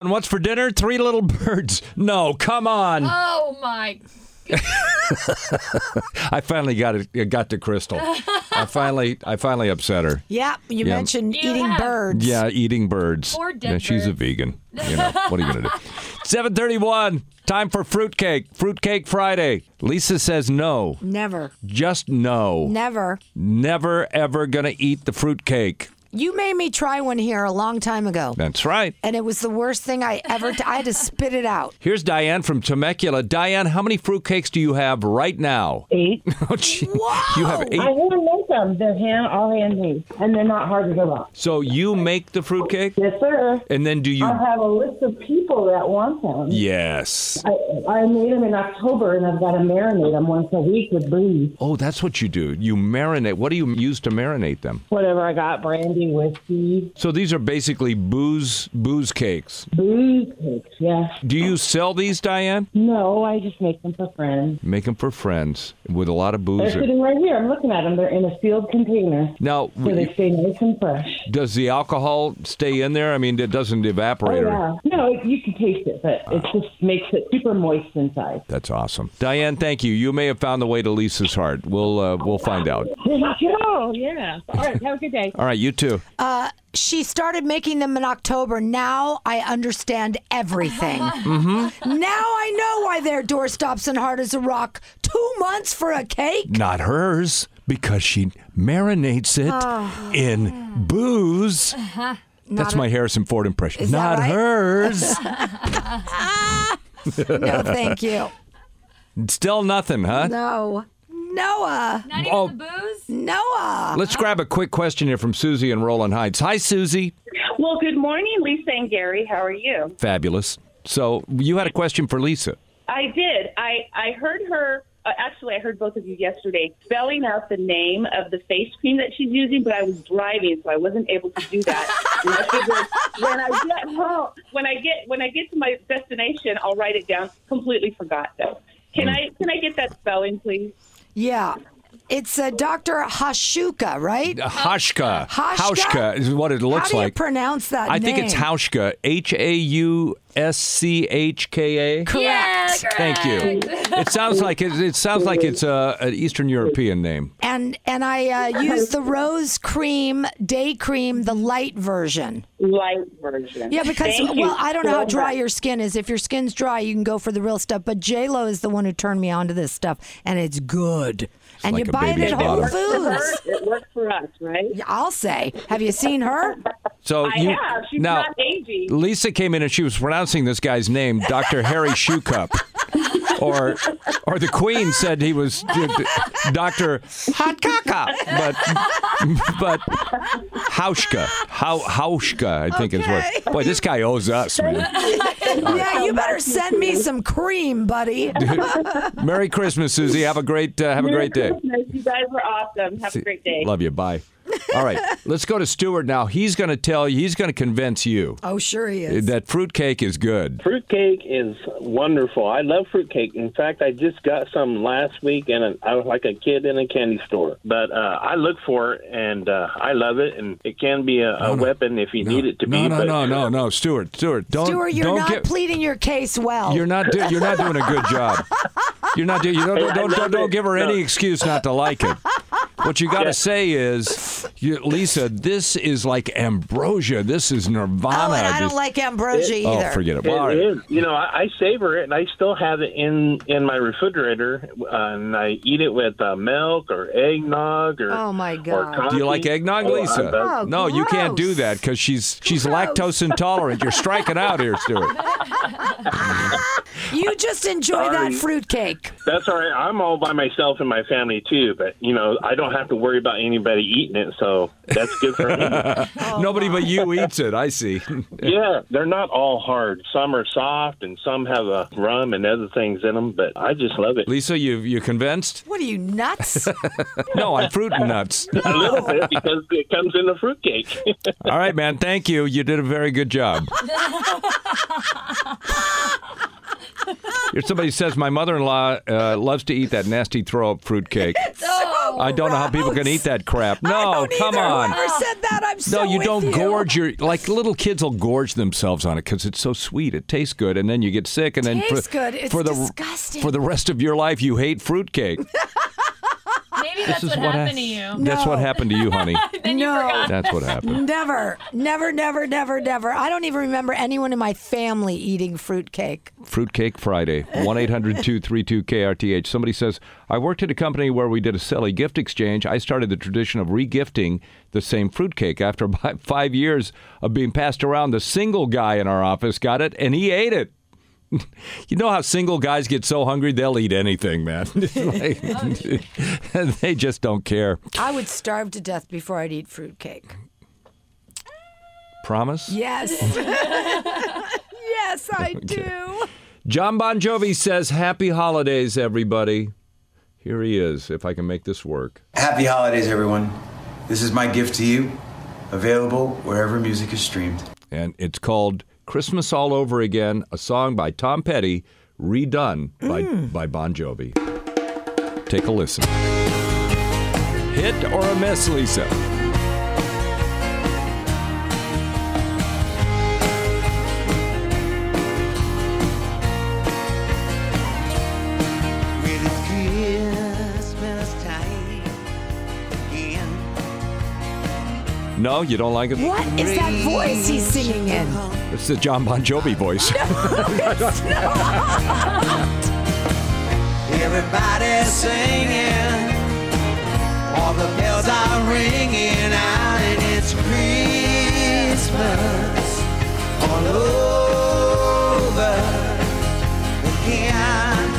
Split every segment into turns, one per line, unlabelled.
And what's for dinner? Three little birds. No, come on.
Oh my!
I finally got it. Got to Crystal. I finally, I finally upset her.
Yeah, you
Yeah.
mentioned
You
eating
have-
birds.
Yeah, eating birds.
Or dead
yeah, she's a
birds.
vegan. You know what are you gonna do? Seven thirty-one. Time for fruitcake. Fruitcake Friday. Lisa says no.
Never,
Just no.
never.
Never ever gonna eat the fruitcake.
You made me try one here a long time ago,
That's right.
and it was the worst thing I ever. T- I had to spit it out.
Here's Diane from Temecula. Diane, how many fruitcakes do you have right now?
Eight.
Oh, gee. You have eight.
I hand make them. They're hand all handmade, and they're not hard to go up.
So you make the fruitcake,
Yes, sir.
and then do you?
I have a list of people that want them.
Yes.
I, I made them in October, and I've got to marinate them once a week with brie.
Oh, that's what you do. You marinate. What do you use to marinate them?
Whatever I got, brandy, whiskey,
So these are basically booze booze cakes.
booze cakes. Yeah.
Do you sell these, Diane?
No, I just make them for friends.
Make them for friends with a lot of
They're
booze. in-
sitting right here. I'm looking at them. They're in a sealed container,
Now,
so they
w-
stay nice and fresh.
does the alcohol stay in there? I mean, it doesn't evaporate. or-
Oh, yeah. No, you can taste it, but it just makes it super moist inside.
That's awesome, Diane. Thank you. You may have found the way to Lisa's heart. We'll uh, we'll find out.
Oh, yeah. All right. Have a good day.
All right, you too.
She started making them in October. Now I understand everything.
Mm-hmm.
Now I know why their door stops and hard as a rock. Two months for a cake?
Not hers, because she marinates it
Oh.
in booze. That's my Harrison Ford impression. Not
that right?
hers.
No, thank you.
Still nothing, huh?
No. Noah.
Not even
Oh.
the booze.
Noah.
Let's grab a quick question here from Susie in Roland Heights. Hi, Susie.
Well, good morning, Lisa and Gary. How are you?
Fabulous. So you had a question for Lisa.
I did. I I heard her. Uh, actually, I heard both of you yesterday spelling out the name of the face cream that she's using, but I was driving, so I wasn't able to do that. and I figured when I get home, when I get when I get to my destination, I'll write it down. Completely forgot though. Can
Mm.
I can I get that spelling, please?
Yeah. It's uh, Dr. Hashuka, right?
Hashka.
Uh, Hauschka?
is what it
How
Uh, looks
do you
like.
pronounce that
I think it's
name?
Hauschka. H A U S C H K A.
Correct.
Yeah, correct.
Thank you. It sounds like it, it sounds like it's a, an Eastern European name.
And and I uh, use the rose cream, day cream, the light version.
Light version.
Yeah, because
Thank you
well, I don't know how
so
dry
much.
your skin is. If your skin's dry, you can go for the real stuff. But J Lo is the one who turned me on to this stuff, and it's good. and
like a
you buy it
baby's
at Whole
bottle.
Foods.
It worked for us, right?
I'll say. Have you seen her?
Oh,
So
I
you,
have. She's
now,
not aging.
Lisa came in and she was pronouncing this guy's name, Dr. Harry Shoecup. Or, or the Queen said he was Doctor Hot Caca, but but Hauschka, How Hauschka, I think is what. Boy, this guy owes us, man.
yeah, you better send me some cream, buddy.
Merry Christmas, Susie. Have a great uh, have a great day.
You guys are awesome. Have a great day.
Love you. Bye. All right, let's go to Stuart now. He's going to tell you. He's going to convince you
oh, sure he is.
that fruitcake is good.
Fruitcake is wonderful. I love fruitcake. In fact, I just got some last week, and I was like a kid in a candy store. But uh, I look for it, and uh, I love it, and it can be a, a weapon if you need it to
no,
be.
No,
but
no, no, no, Stuart, Stuart, don't,
Stuart, you're
don't
not
get,
pleading your case well.
you're not, do, you're not doing a good job. You're not doing. You don't,
I
don't, don't,
love
don't, don't
it.
give her any
No.
excuse not to like it. What you got to say is, you, Lisa, this is like ambrosia. This is nirvana.
oh, and I
This-
don't like ambrosia
oh,
either.
forget it.
It
Well, all right.
is. You know, I, I savor it, and I still have it in in my refrigerator, uh, and I eat it with uh, milk or eggnog or.
Oh, my
or
God.
coffee.
Do you like eggnog,
Oh, I
Lisa?
love
Oh,
no, you can't do
gross.
that because she's she's lactose intolerant. You're striking out here, Stuart.
You just enjoy that fruitcake.
That's all right. I'm all by myself and my family too, but you know I don't have to worry about anybody eating it, so that's good for me.
Oh,
Nobody but you eats it. I see.
yeah, they're not all hard. Some are soft, and some have a rum and other things in them. But I just love it
Lisa, you you convinced?
What are you, nuts?
No, I'm fruit and nuts.
a little bit because it comes in the fruitcake.
All right, man. Thank you. You did a very good job. Here, somebody says my mother-in-law uh, loves to eat that nasty throw-up fruitcake.
Oh
I don't know how people can eat that crap. No,
I don't
come
either.
on.
Whoever said that, I'm so
No, you
with
don't gorge your like little kids will gorge themselves on it because it's so sweet. It tastes good, and then you get sick, and then
Tastes
for,
good. It's
for the
disgusting.
for the rest of your life you hate fruitcake.
Maybe that's
is
what,
what I-
happened to you.
That's what
No.
happened to you, honey.
Then you
No.
forgot.
That's what happened.
Never, never, never, never, never. I don't even remember anyone in my family eating fruitcake.
Fruitcake Friday, 1 800 232 KRTH. Somebody says, I worked at a company where we did a silly gift exchange. I started the tradition of regifting the same fruitcake. After about five years of being passed around, the single guy in our office got it and he ate it. You know how single guys get so hungry, they'll eat anything, man. It's like- they just don't care.
I would starve to death before I'd eat fruitcake.
Promise?
Yes. yes, I do.
John Bon Jovi says, Happy holidays, everybody. Here he is, if I can make this work.
Happy holidays, everyone. This is my gift to you, available wherever music is streamed.
and it's called Christmas All Over Again, a song by Tom Petty, redone by, by Bon Jovi. Take a listen. Hit or a miss, Lisa?
It is Christmas time again.
No, you don't like it?
What is that voice he's singing in?
It's the John Bon Jovi voice.
Everybody's singing, all the bells are ringing out, and it's Christmas all over again,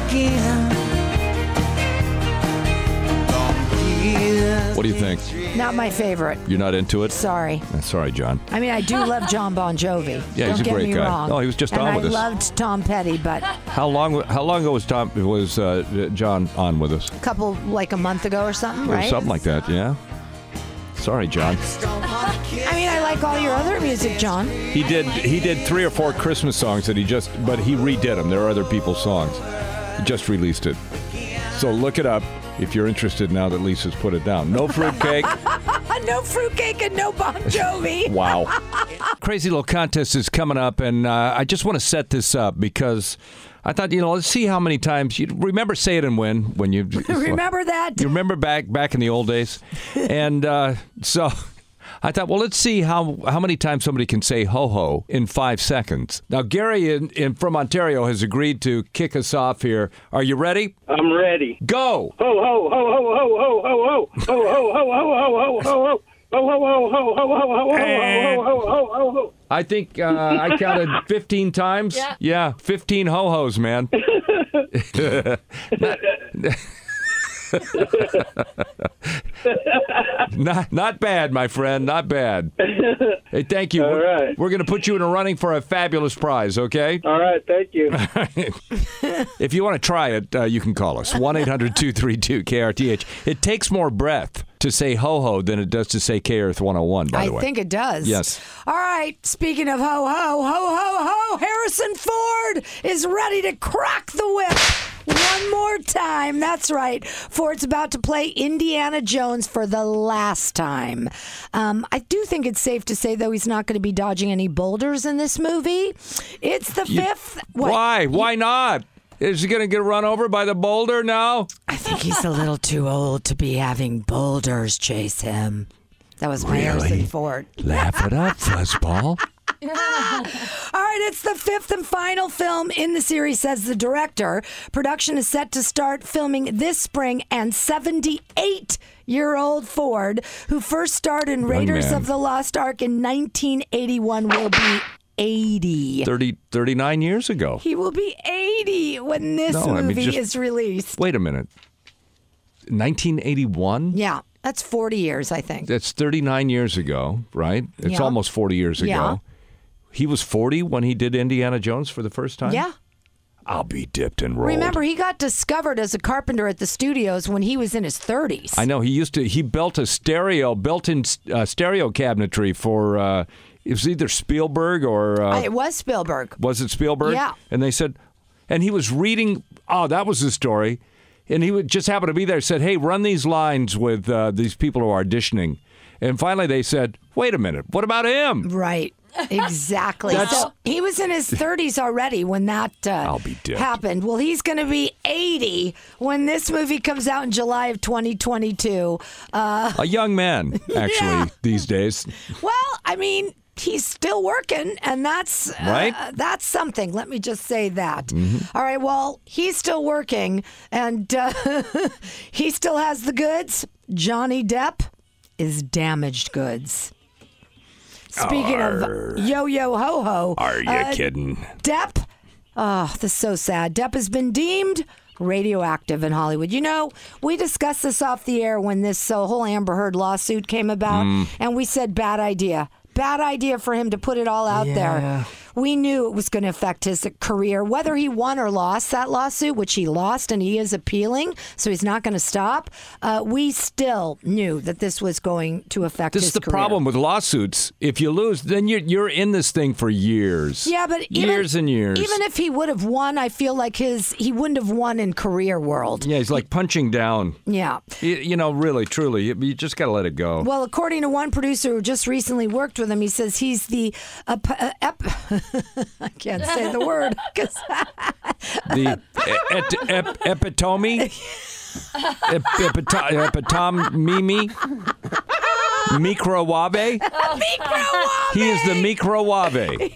again.
What do you think?
Not my favorite.
You're not into it? Uh,
Sorry.
Sorry, John.
I mean, I do love John Bon Jovi.
Yeah,
Don't
he's a
get
great
me
guy.
wrong.
No, he was just
and
on
I
with us.
loved Tom Petty, but
How long? How long ago was Tom? Was uh, John on with us?
a couple like a month ago or something,
Or
right?
something like that. Yeah. Sorry, John.
I mean, I like all your other music, John.
He did. He did three or four Christmas songs that he just, but he redid them. There are other people's songs. He just released it. So look it up if you're interested. Now that Lisa's put it down, no fruitcake.
Uh, no fruitcake and no Bon Jovi.
wow. Crazy little contest is coming up, and uh, I just want to set this up because I thought, you know, let's see how many times you remember "Say It and Win" when you
Remember that?
You remember back back in the old days, and uh, so I thought, well, let's see how how many times somebody can say ho ho in five seconds. Now Gary in, in from Ontario has agreed to kick us off here. Are you ready?
I'm ready.
Go!
Ho ho ho ho ho ho ho ho ho ho ho ho ho ho ho ho. Ho ho ho ho ho ho ho ho ho ho ho ho ho.
I think uh, I counted fifteen times.
Yeah.
fifteen ho hos, man. not, not not bad, my friend. Not bad. Hey, thank you.
All
We're-
right.
We're going to put you in a running for a fabulous prize. Okay.
All right, thank you.
If you want to try it, uh, you can call us 1 800 232 KRTH. It takes more breath to say ho ho than it does to say K Earth 101, by
I
the way.
think it does.
Yes.
All right. Speaking of ho ho ho ho ho, Harrison Ford is ready to crack the whip. One more time. That's right. Ford's about to play Indiana Jones for the last time. Um, I do think it's safe to say, though, he's not going to be dodging any boulders in this movie. It's the fifth. What?
Why? Why not? Is he going to get run over by the boulder now?
I think he's a little too old to be having boulders chase him. That was my Harrison Ford.
Laugh it up, fuzzball.
All right, it's the fifth and final film in the series, says the director. Production is set to start filming this spring, and 78 year old Ford, who first starred in Raiders
man.
of the Lost Ark in 1981, will be 80.
30, 39 years ago.
He will be 80 when this
No,
movie
I mean, just-
is released.
Wait a minute. 1981?
Yeah, that's 40 years, I think.
That's 39 years ago, right? It's
Yeah.
almost 40 years ago.
Yeah.
He was 40 when he did Indiana Jones for the first time?
Yeah.
I'll be dipped and rolled.
Remember, he got discovered as a carpenter at the studios when he was in his 30s.
I know he used to. He built a stereo, built-in uh, stereo cabinetry for. Uh, it was either Spielberg or uh,
it was Spielberg.
was it Spielberg?
Yeah.
And they said, and he was reading. Oh, that was the story. and he would just happened to be there. Said, "Hey, run these lines with uh, these people who are auditioning." And finally, they said, "Wait a minute, what about him?"
Right. Exactly. so he was in his 30s already when that uh,
be dipped.
happened. Well, he's going to be 80 when this movie comes out in July of 2022. Uh,
A young man, actually, these days.
well, I mean, he's still working, and that's uh,
Right. Mm-hmm.
That's something. Let me just say that. All right. Well, he's still working, and uh, he still has the goods. Johnny Depp is damaged goods. Speaking of yo yo ho ho,
Are you
uh,
kidding?
Depp, oh, this is so sad. Depp has been deemed radioactive in Hollywood. You know, we discussed this off the air when this uh, whole Amber Heard lawsuit came about,
Mm.
and we said bad idea. Bad idea for him to put it all out there. We knew it was going to affect his career, whether he won or lost that lawsuit, which he lost and he is appealing, so he's not going to stop. Uh, we still knew that this was going to affect
This
his
is the
career.
problem with lawsuits. If you lose, then you're you're in this thing for years.
Yeah, but even,
years and years.
Even if he would have won, I feel like his he wouldn't have won in career world.
yeah, he's like punching down.
Yeah.
You, you know, really, truly, you, you just got to let it go.
Well, according to one producer who just recently worked with him, he says he's the ep- uh, ep- I can't say the word 'cause-
the e-, et, ep, epitome, ep, epito- epitomimi, microwabe. He is the microwabe.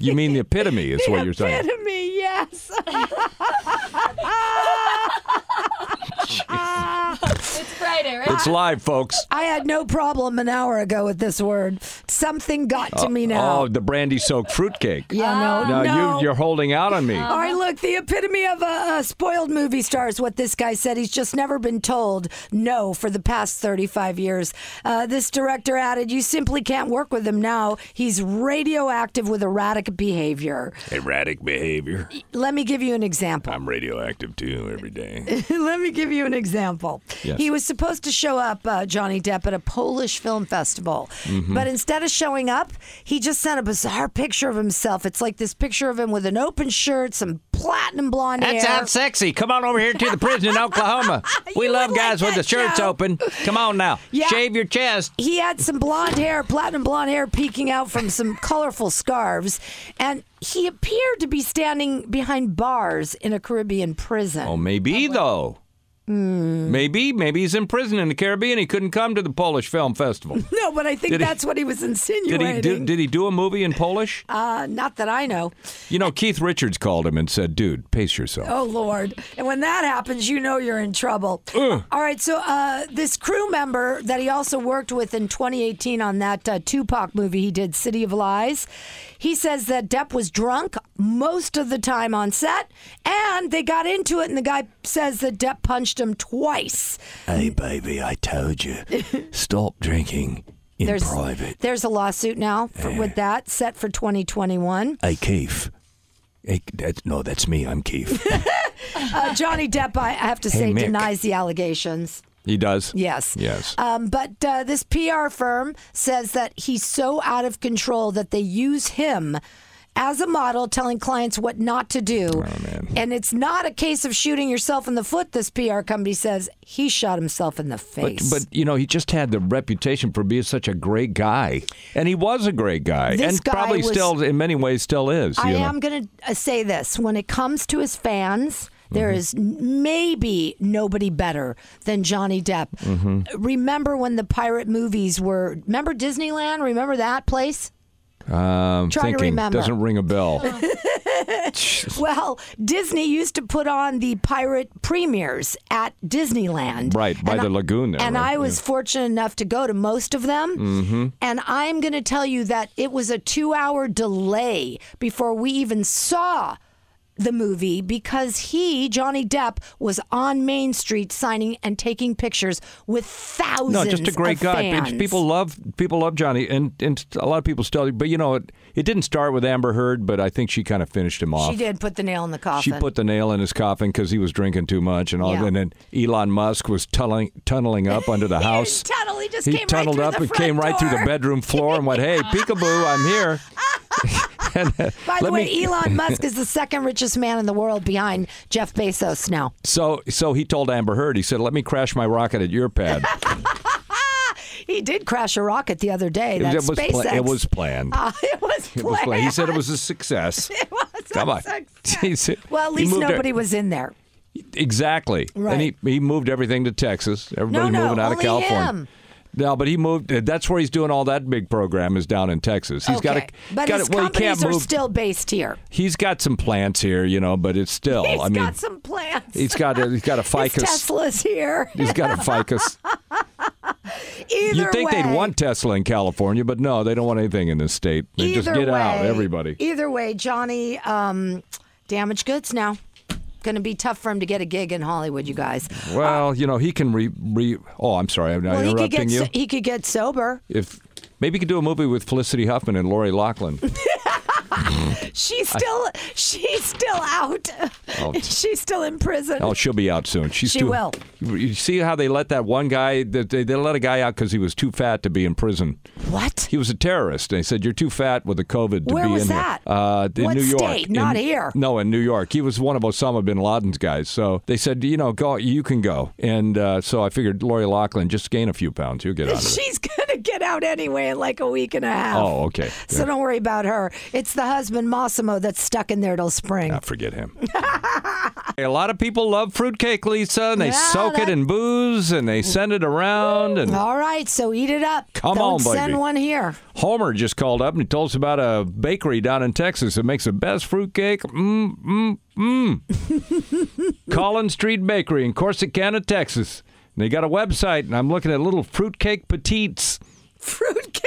You mean the epitome is what you're saying.
epitome. Yes.
It's Friday, right?
It's live, folks.
I had no problem an hour ago with this word. Something got to me now.
Oh, the brandy soaked fruitcake.
yeah, no,
Now
no.
you you're holding out on me.
All right, look, the epitome of a, a spoiled movie star is what this guy said. He's just never been told no for the past 35 years. Uh, this director added, You simply can't work with him now. He's radioactive with erratic behavior.
Erratic behavior.
Let me give you an example.
I'm radioactive too every day.
Let me give you an example.
Yes.
He was supposed to show up, uh, Johnny Depp, at a Polish film festival. But instead of showing up, he just sent a bizarre picture of himself. It's like this picture of him with an open shirt, some platinum blonde
That
hair.
sounds sexy. Come on over here to the prison in Oklahoma. We
You
love
would like
guys with
that
the shirts
job.
open. Come on now.
Yeah.
Shave your chest.
he had some blonde hair, platinum blonde hair peeking out from some colorful scarves, and he appeared to be standing behind bars in a Caribbean prison.
Well, Oh, maybe though.
Hmm.
Maybe, maybe he's in prison in the Caribbean. He couldn't come to the Polish Film Festival.
no, but I think
Did he-
that's what he was
Did
insinuating.
he do, did he do a movie in Polish?
uh, not that I know.
You know, Keith Richards called him and said, "Dude, pace yourself."
Oh Lord! And when that happens, you know you're in trouble. All right. So uh, this crew member that he also worked with in 2018 on that uh, Tupac movie he did, City of Lies, he says that Depp was drunk most of the time on set, and they got into it, and the guy says that Depp punched him twice.
Hey, baby, I told you, stop drinking in
There's There's a lawsuit now for, with that set for 2021.
Hey, Keith. Hey, that's, no, that's me. I'm Keith.
Uh, Johnny Depp, I I have to say,
Mick.
denies the allegations.
he does.
Yes.
Yes.
Um, but uh, this PR firm says that he's so out of control that they use him as a model, telling clients what not to do.
Oh, man.
And it's not a case of shooting yourself in the foot. This PR company says he shot himself in the
But,
face.
but you know he just had the reputation for being such a great guy, and he was a great guy,
This
and
guy
probably
was-
still, in many ways, still is.
I
you know?
am going to say this when it comes to his fans.
Mm-hmm.
there is n maybe nobody better than Johnny Depp.
Mm-hmm.
Remember when the pirate movies were? Remember Disneyland? Remember that place?
Um,
Try to
thinking
remember.
doesn't ring a bell.
Well, Disney used to put on the pirate premieres at Disneyland.
Right, by the lagoon there,
And
right? Mm-hmm.
I was fortunate enough to go to most of them. And I'm going to tell you that it was a two hour delay before we even saw the movie because he, Johnny Depp, was on Main Street signing and taking pictures with thousands
no, just a great
of
guy. It's-
fans.
People love people love Johnny, and and a lot of people still. But you know, it it didn't start with Amber Heard, but I think she kind of finished him off.
She did put the nail in the coffin.
She put the nail in his coffin because he was drinking too much, and all.
Yeah.
And then Elon Musk was tunneling tunneling up under the house.
tunneled, he just
He
came right
tunneled
through
up
the
and
front
came right through the
door.
bedroom floor and went, "Hey, peekaboo, I'm here."
By the
Let
way,
me-
Elon Musk is the second richest man in the world behind Jeff Bezos now.
So, so he told Amber Heard, he said, "Let me crash my rocket at your pad."
He did crash a rocket the other day. That
was
SpaceX.
pla- it was planned.
Ah, it was
It was planned. He said it
planned.
was a success.
It was a
Come on.
success.
He said-
Well, at
he
least
moved
nobody
it-
was in there.
Exactly. And he,
Right.
he moved everything to Texas. Everybody
no,
moving out of
only
California.
him.
No, but he moved. uh, That's where he's doing all that big program is down in Texas. He's got
okay.
a,
but
got
his
a, well, he
companies
can't
are
move.
still based here.
he's got some plants here, you know, but it's still.
He's
I mean,
got some plans.
he's got a he's got a
His
ficus.
Tesla's here.
He's got a ficus.
Either
You'd think
way,
they'd want Tesla in California, but no, they don't want anything in this state. They
either
just get
way, E-
out, everybody.
Either way, Johnny, um, damaged goods now. Going to be tough for him to get a gig in Hollywood, you guys.
Well, you know, he can re, re Oh, I'm sorry, I'm not
well, he could
interrupting
get
you.
so- he could get sober.
if maybe you could do a movie with Felicity Huffman and Lori Loughlin.
She's still she's still out.
Oh.
she's still in prison.
Oh, she'll be out soon. She's
She
too,
will.
You see how they let that one guy? that They, they let a guy out because he was too fat to be in prison.
what?
He was a terrorist. They said you're too fat with the COVID to
Where
be
was
in
that?
here. Uh, in
What
New York,
state? Not
In-
here.
No, in New York. He was one of Osama bin Laden's guys. So they said, you know, go, you can go. And uh, so I figured, Lori Lachlan, just gain a few pounds, you'll get out of it.
She's gonna get out anyway in like a week and a half.
Oh, okay.
So don't worry about her. It's the husband Massimo that's stuck in there till spring.
I Ah, forget him. a lot of people love fruitcake, Lisa, and they
Yeah,
soak it
that-
in booze and they send it around. And
All right, so eat it up.
Come
Don't
on, baby.
send one here.
Homer just called up and he told us about a bakery down in Texas that makes the best fruitcake. Mm, mm, mm. Collins Street Bakery in Corsicana, Texas. And they got a website, and I'm looking at little fruitcake petites.
Fruitcake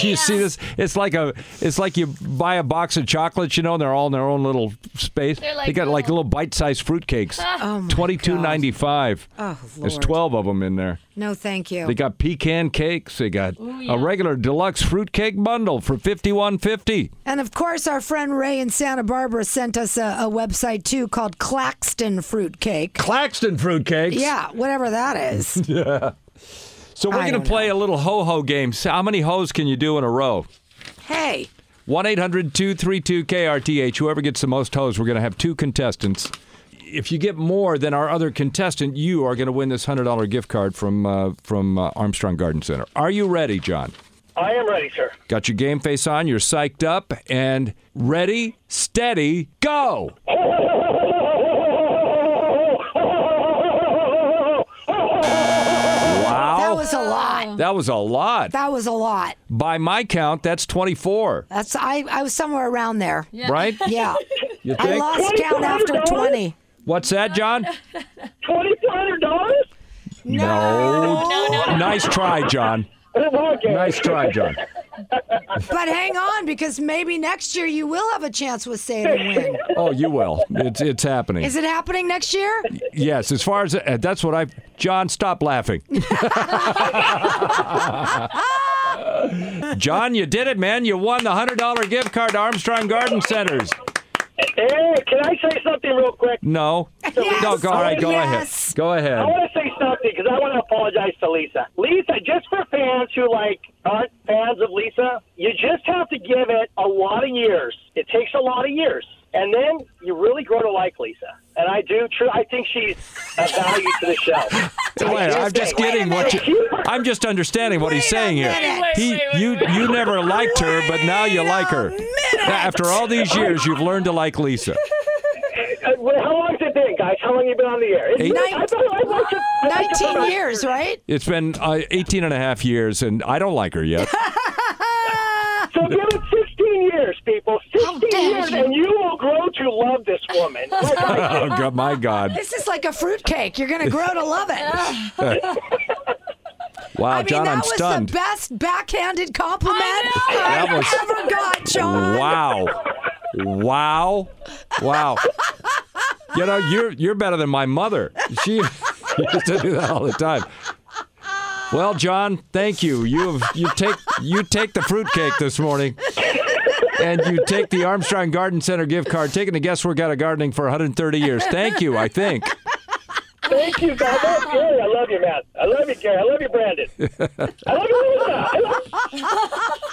Do you see this? It's like a, it's like you buy a box of chocolates, you know, and they're all in their own little space.
They're like
they got like
little-
little bite-sized fruitcakes.
Oh, my
Twenty-two ninety-five.
Oh,
There's
Lord.
twelve of them in there.
No, thank you.
They got pecan cakes. They got a regular deluxe fruitcake bundle for fifty-one fifty.
And of course, our friend Ray in Santa Barbara sent us a, a website too called Claxton Fruitcake.
Claxton fruitcakes.
Yeah, whatever that is.
So we're
I
going to
don't
play a little ho ho game. So how many hoes can you do in a row?
hey,
1 800 232 KRTH. Whoever gets the most hoes, we're going to have two contestants. If you get more than our other contestant, you are going to win this $100 gift card from, uh, from uh, Armstrong Garden Center. Are you ready, John?
I am ready, sir.
Got your game face on, you're psyched up, and ready, steady, go! Wow.
that was a lot.
That was a lot.
That was a lot.
By my count, that's 24,
That's I. I was somewhere around there. Yeah.
right? You
I
think?
lost count after
$2,400?
twenty.
What's that, John?
$2,400?
No.
No, no, no.
Nice try, John.
Okay.
Nice try, John.
But hang on, because maybe next year you will have a chance with Say It and Win.
Oh, you will. It's it's happening.
Is it happening next year?
yes, as far as uh, that's what I. John, stop laughing. John, you did it, man. You won the hundred dollar gift card to Armstrong Garden Centers.
Hey, can I say something real quick?
No,
Yes. Oh,
no. Go all right. Go
Yes.
ahead. Go
I
ahead.
want to say something because I want to apologize to Lisa. Lisa, just for fans who like aren't fans of Lisa, you just have to give it a lot of years. It takes a lot of years, and then you really grow to like Lisa. And I do. True, I think she's a value to the show. Uh,
Wait, I'm just
Wait a
getting what
minute.
you. I'm just understanding what he's
Wait a
saying here.
minute.
He,
Wait, wait,
you,
wait, wait.
you never liked her, but now you
Wait
like
a
her.
minute.
After all these years, you've learned to like Lisa.
Uh, well, how long's it been, guys? How long you been on the air? It's-
Eight-
I thought I
Ah,
liked it- I liked it for
Nineteen
about-
years, right?
It's been uh, 18 and a half years, and I don't like her yet.
So give it 16 years, people. 16
dare
years,
you.
and you will grow to love this woman. Like I
oh, God, my God.
This is like a fruitcake. You're gonna grow to love it.
Wow,
I mean,
John,
that
I'm
was
stunned.
the best backhanded compliment
That
I
was-
ever got, John.
wow. Wow. Wow. You know, you're, you're better than my mother. She used to do that all the time. Well, John, thank you. You have you take you take the fruitcake this morning, and you take the Armstrong Garden Center gift card. Taking the guesswork out of gardening for 130 years. Thank you. I think.
Thank you, guys. That's Gary. I love you, man. I love you, Gary. I love you, Brandon. I love you, Lisa. I love-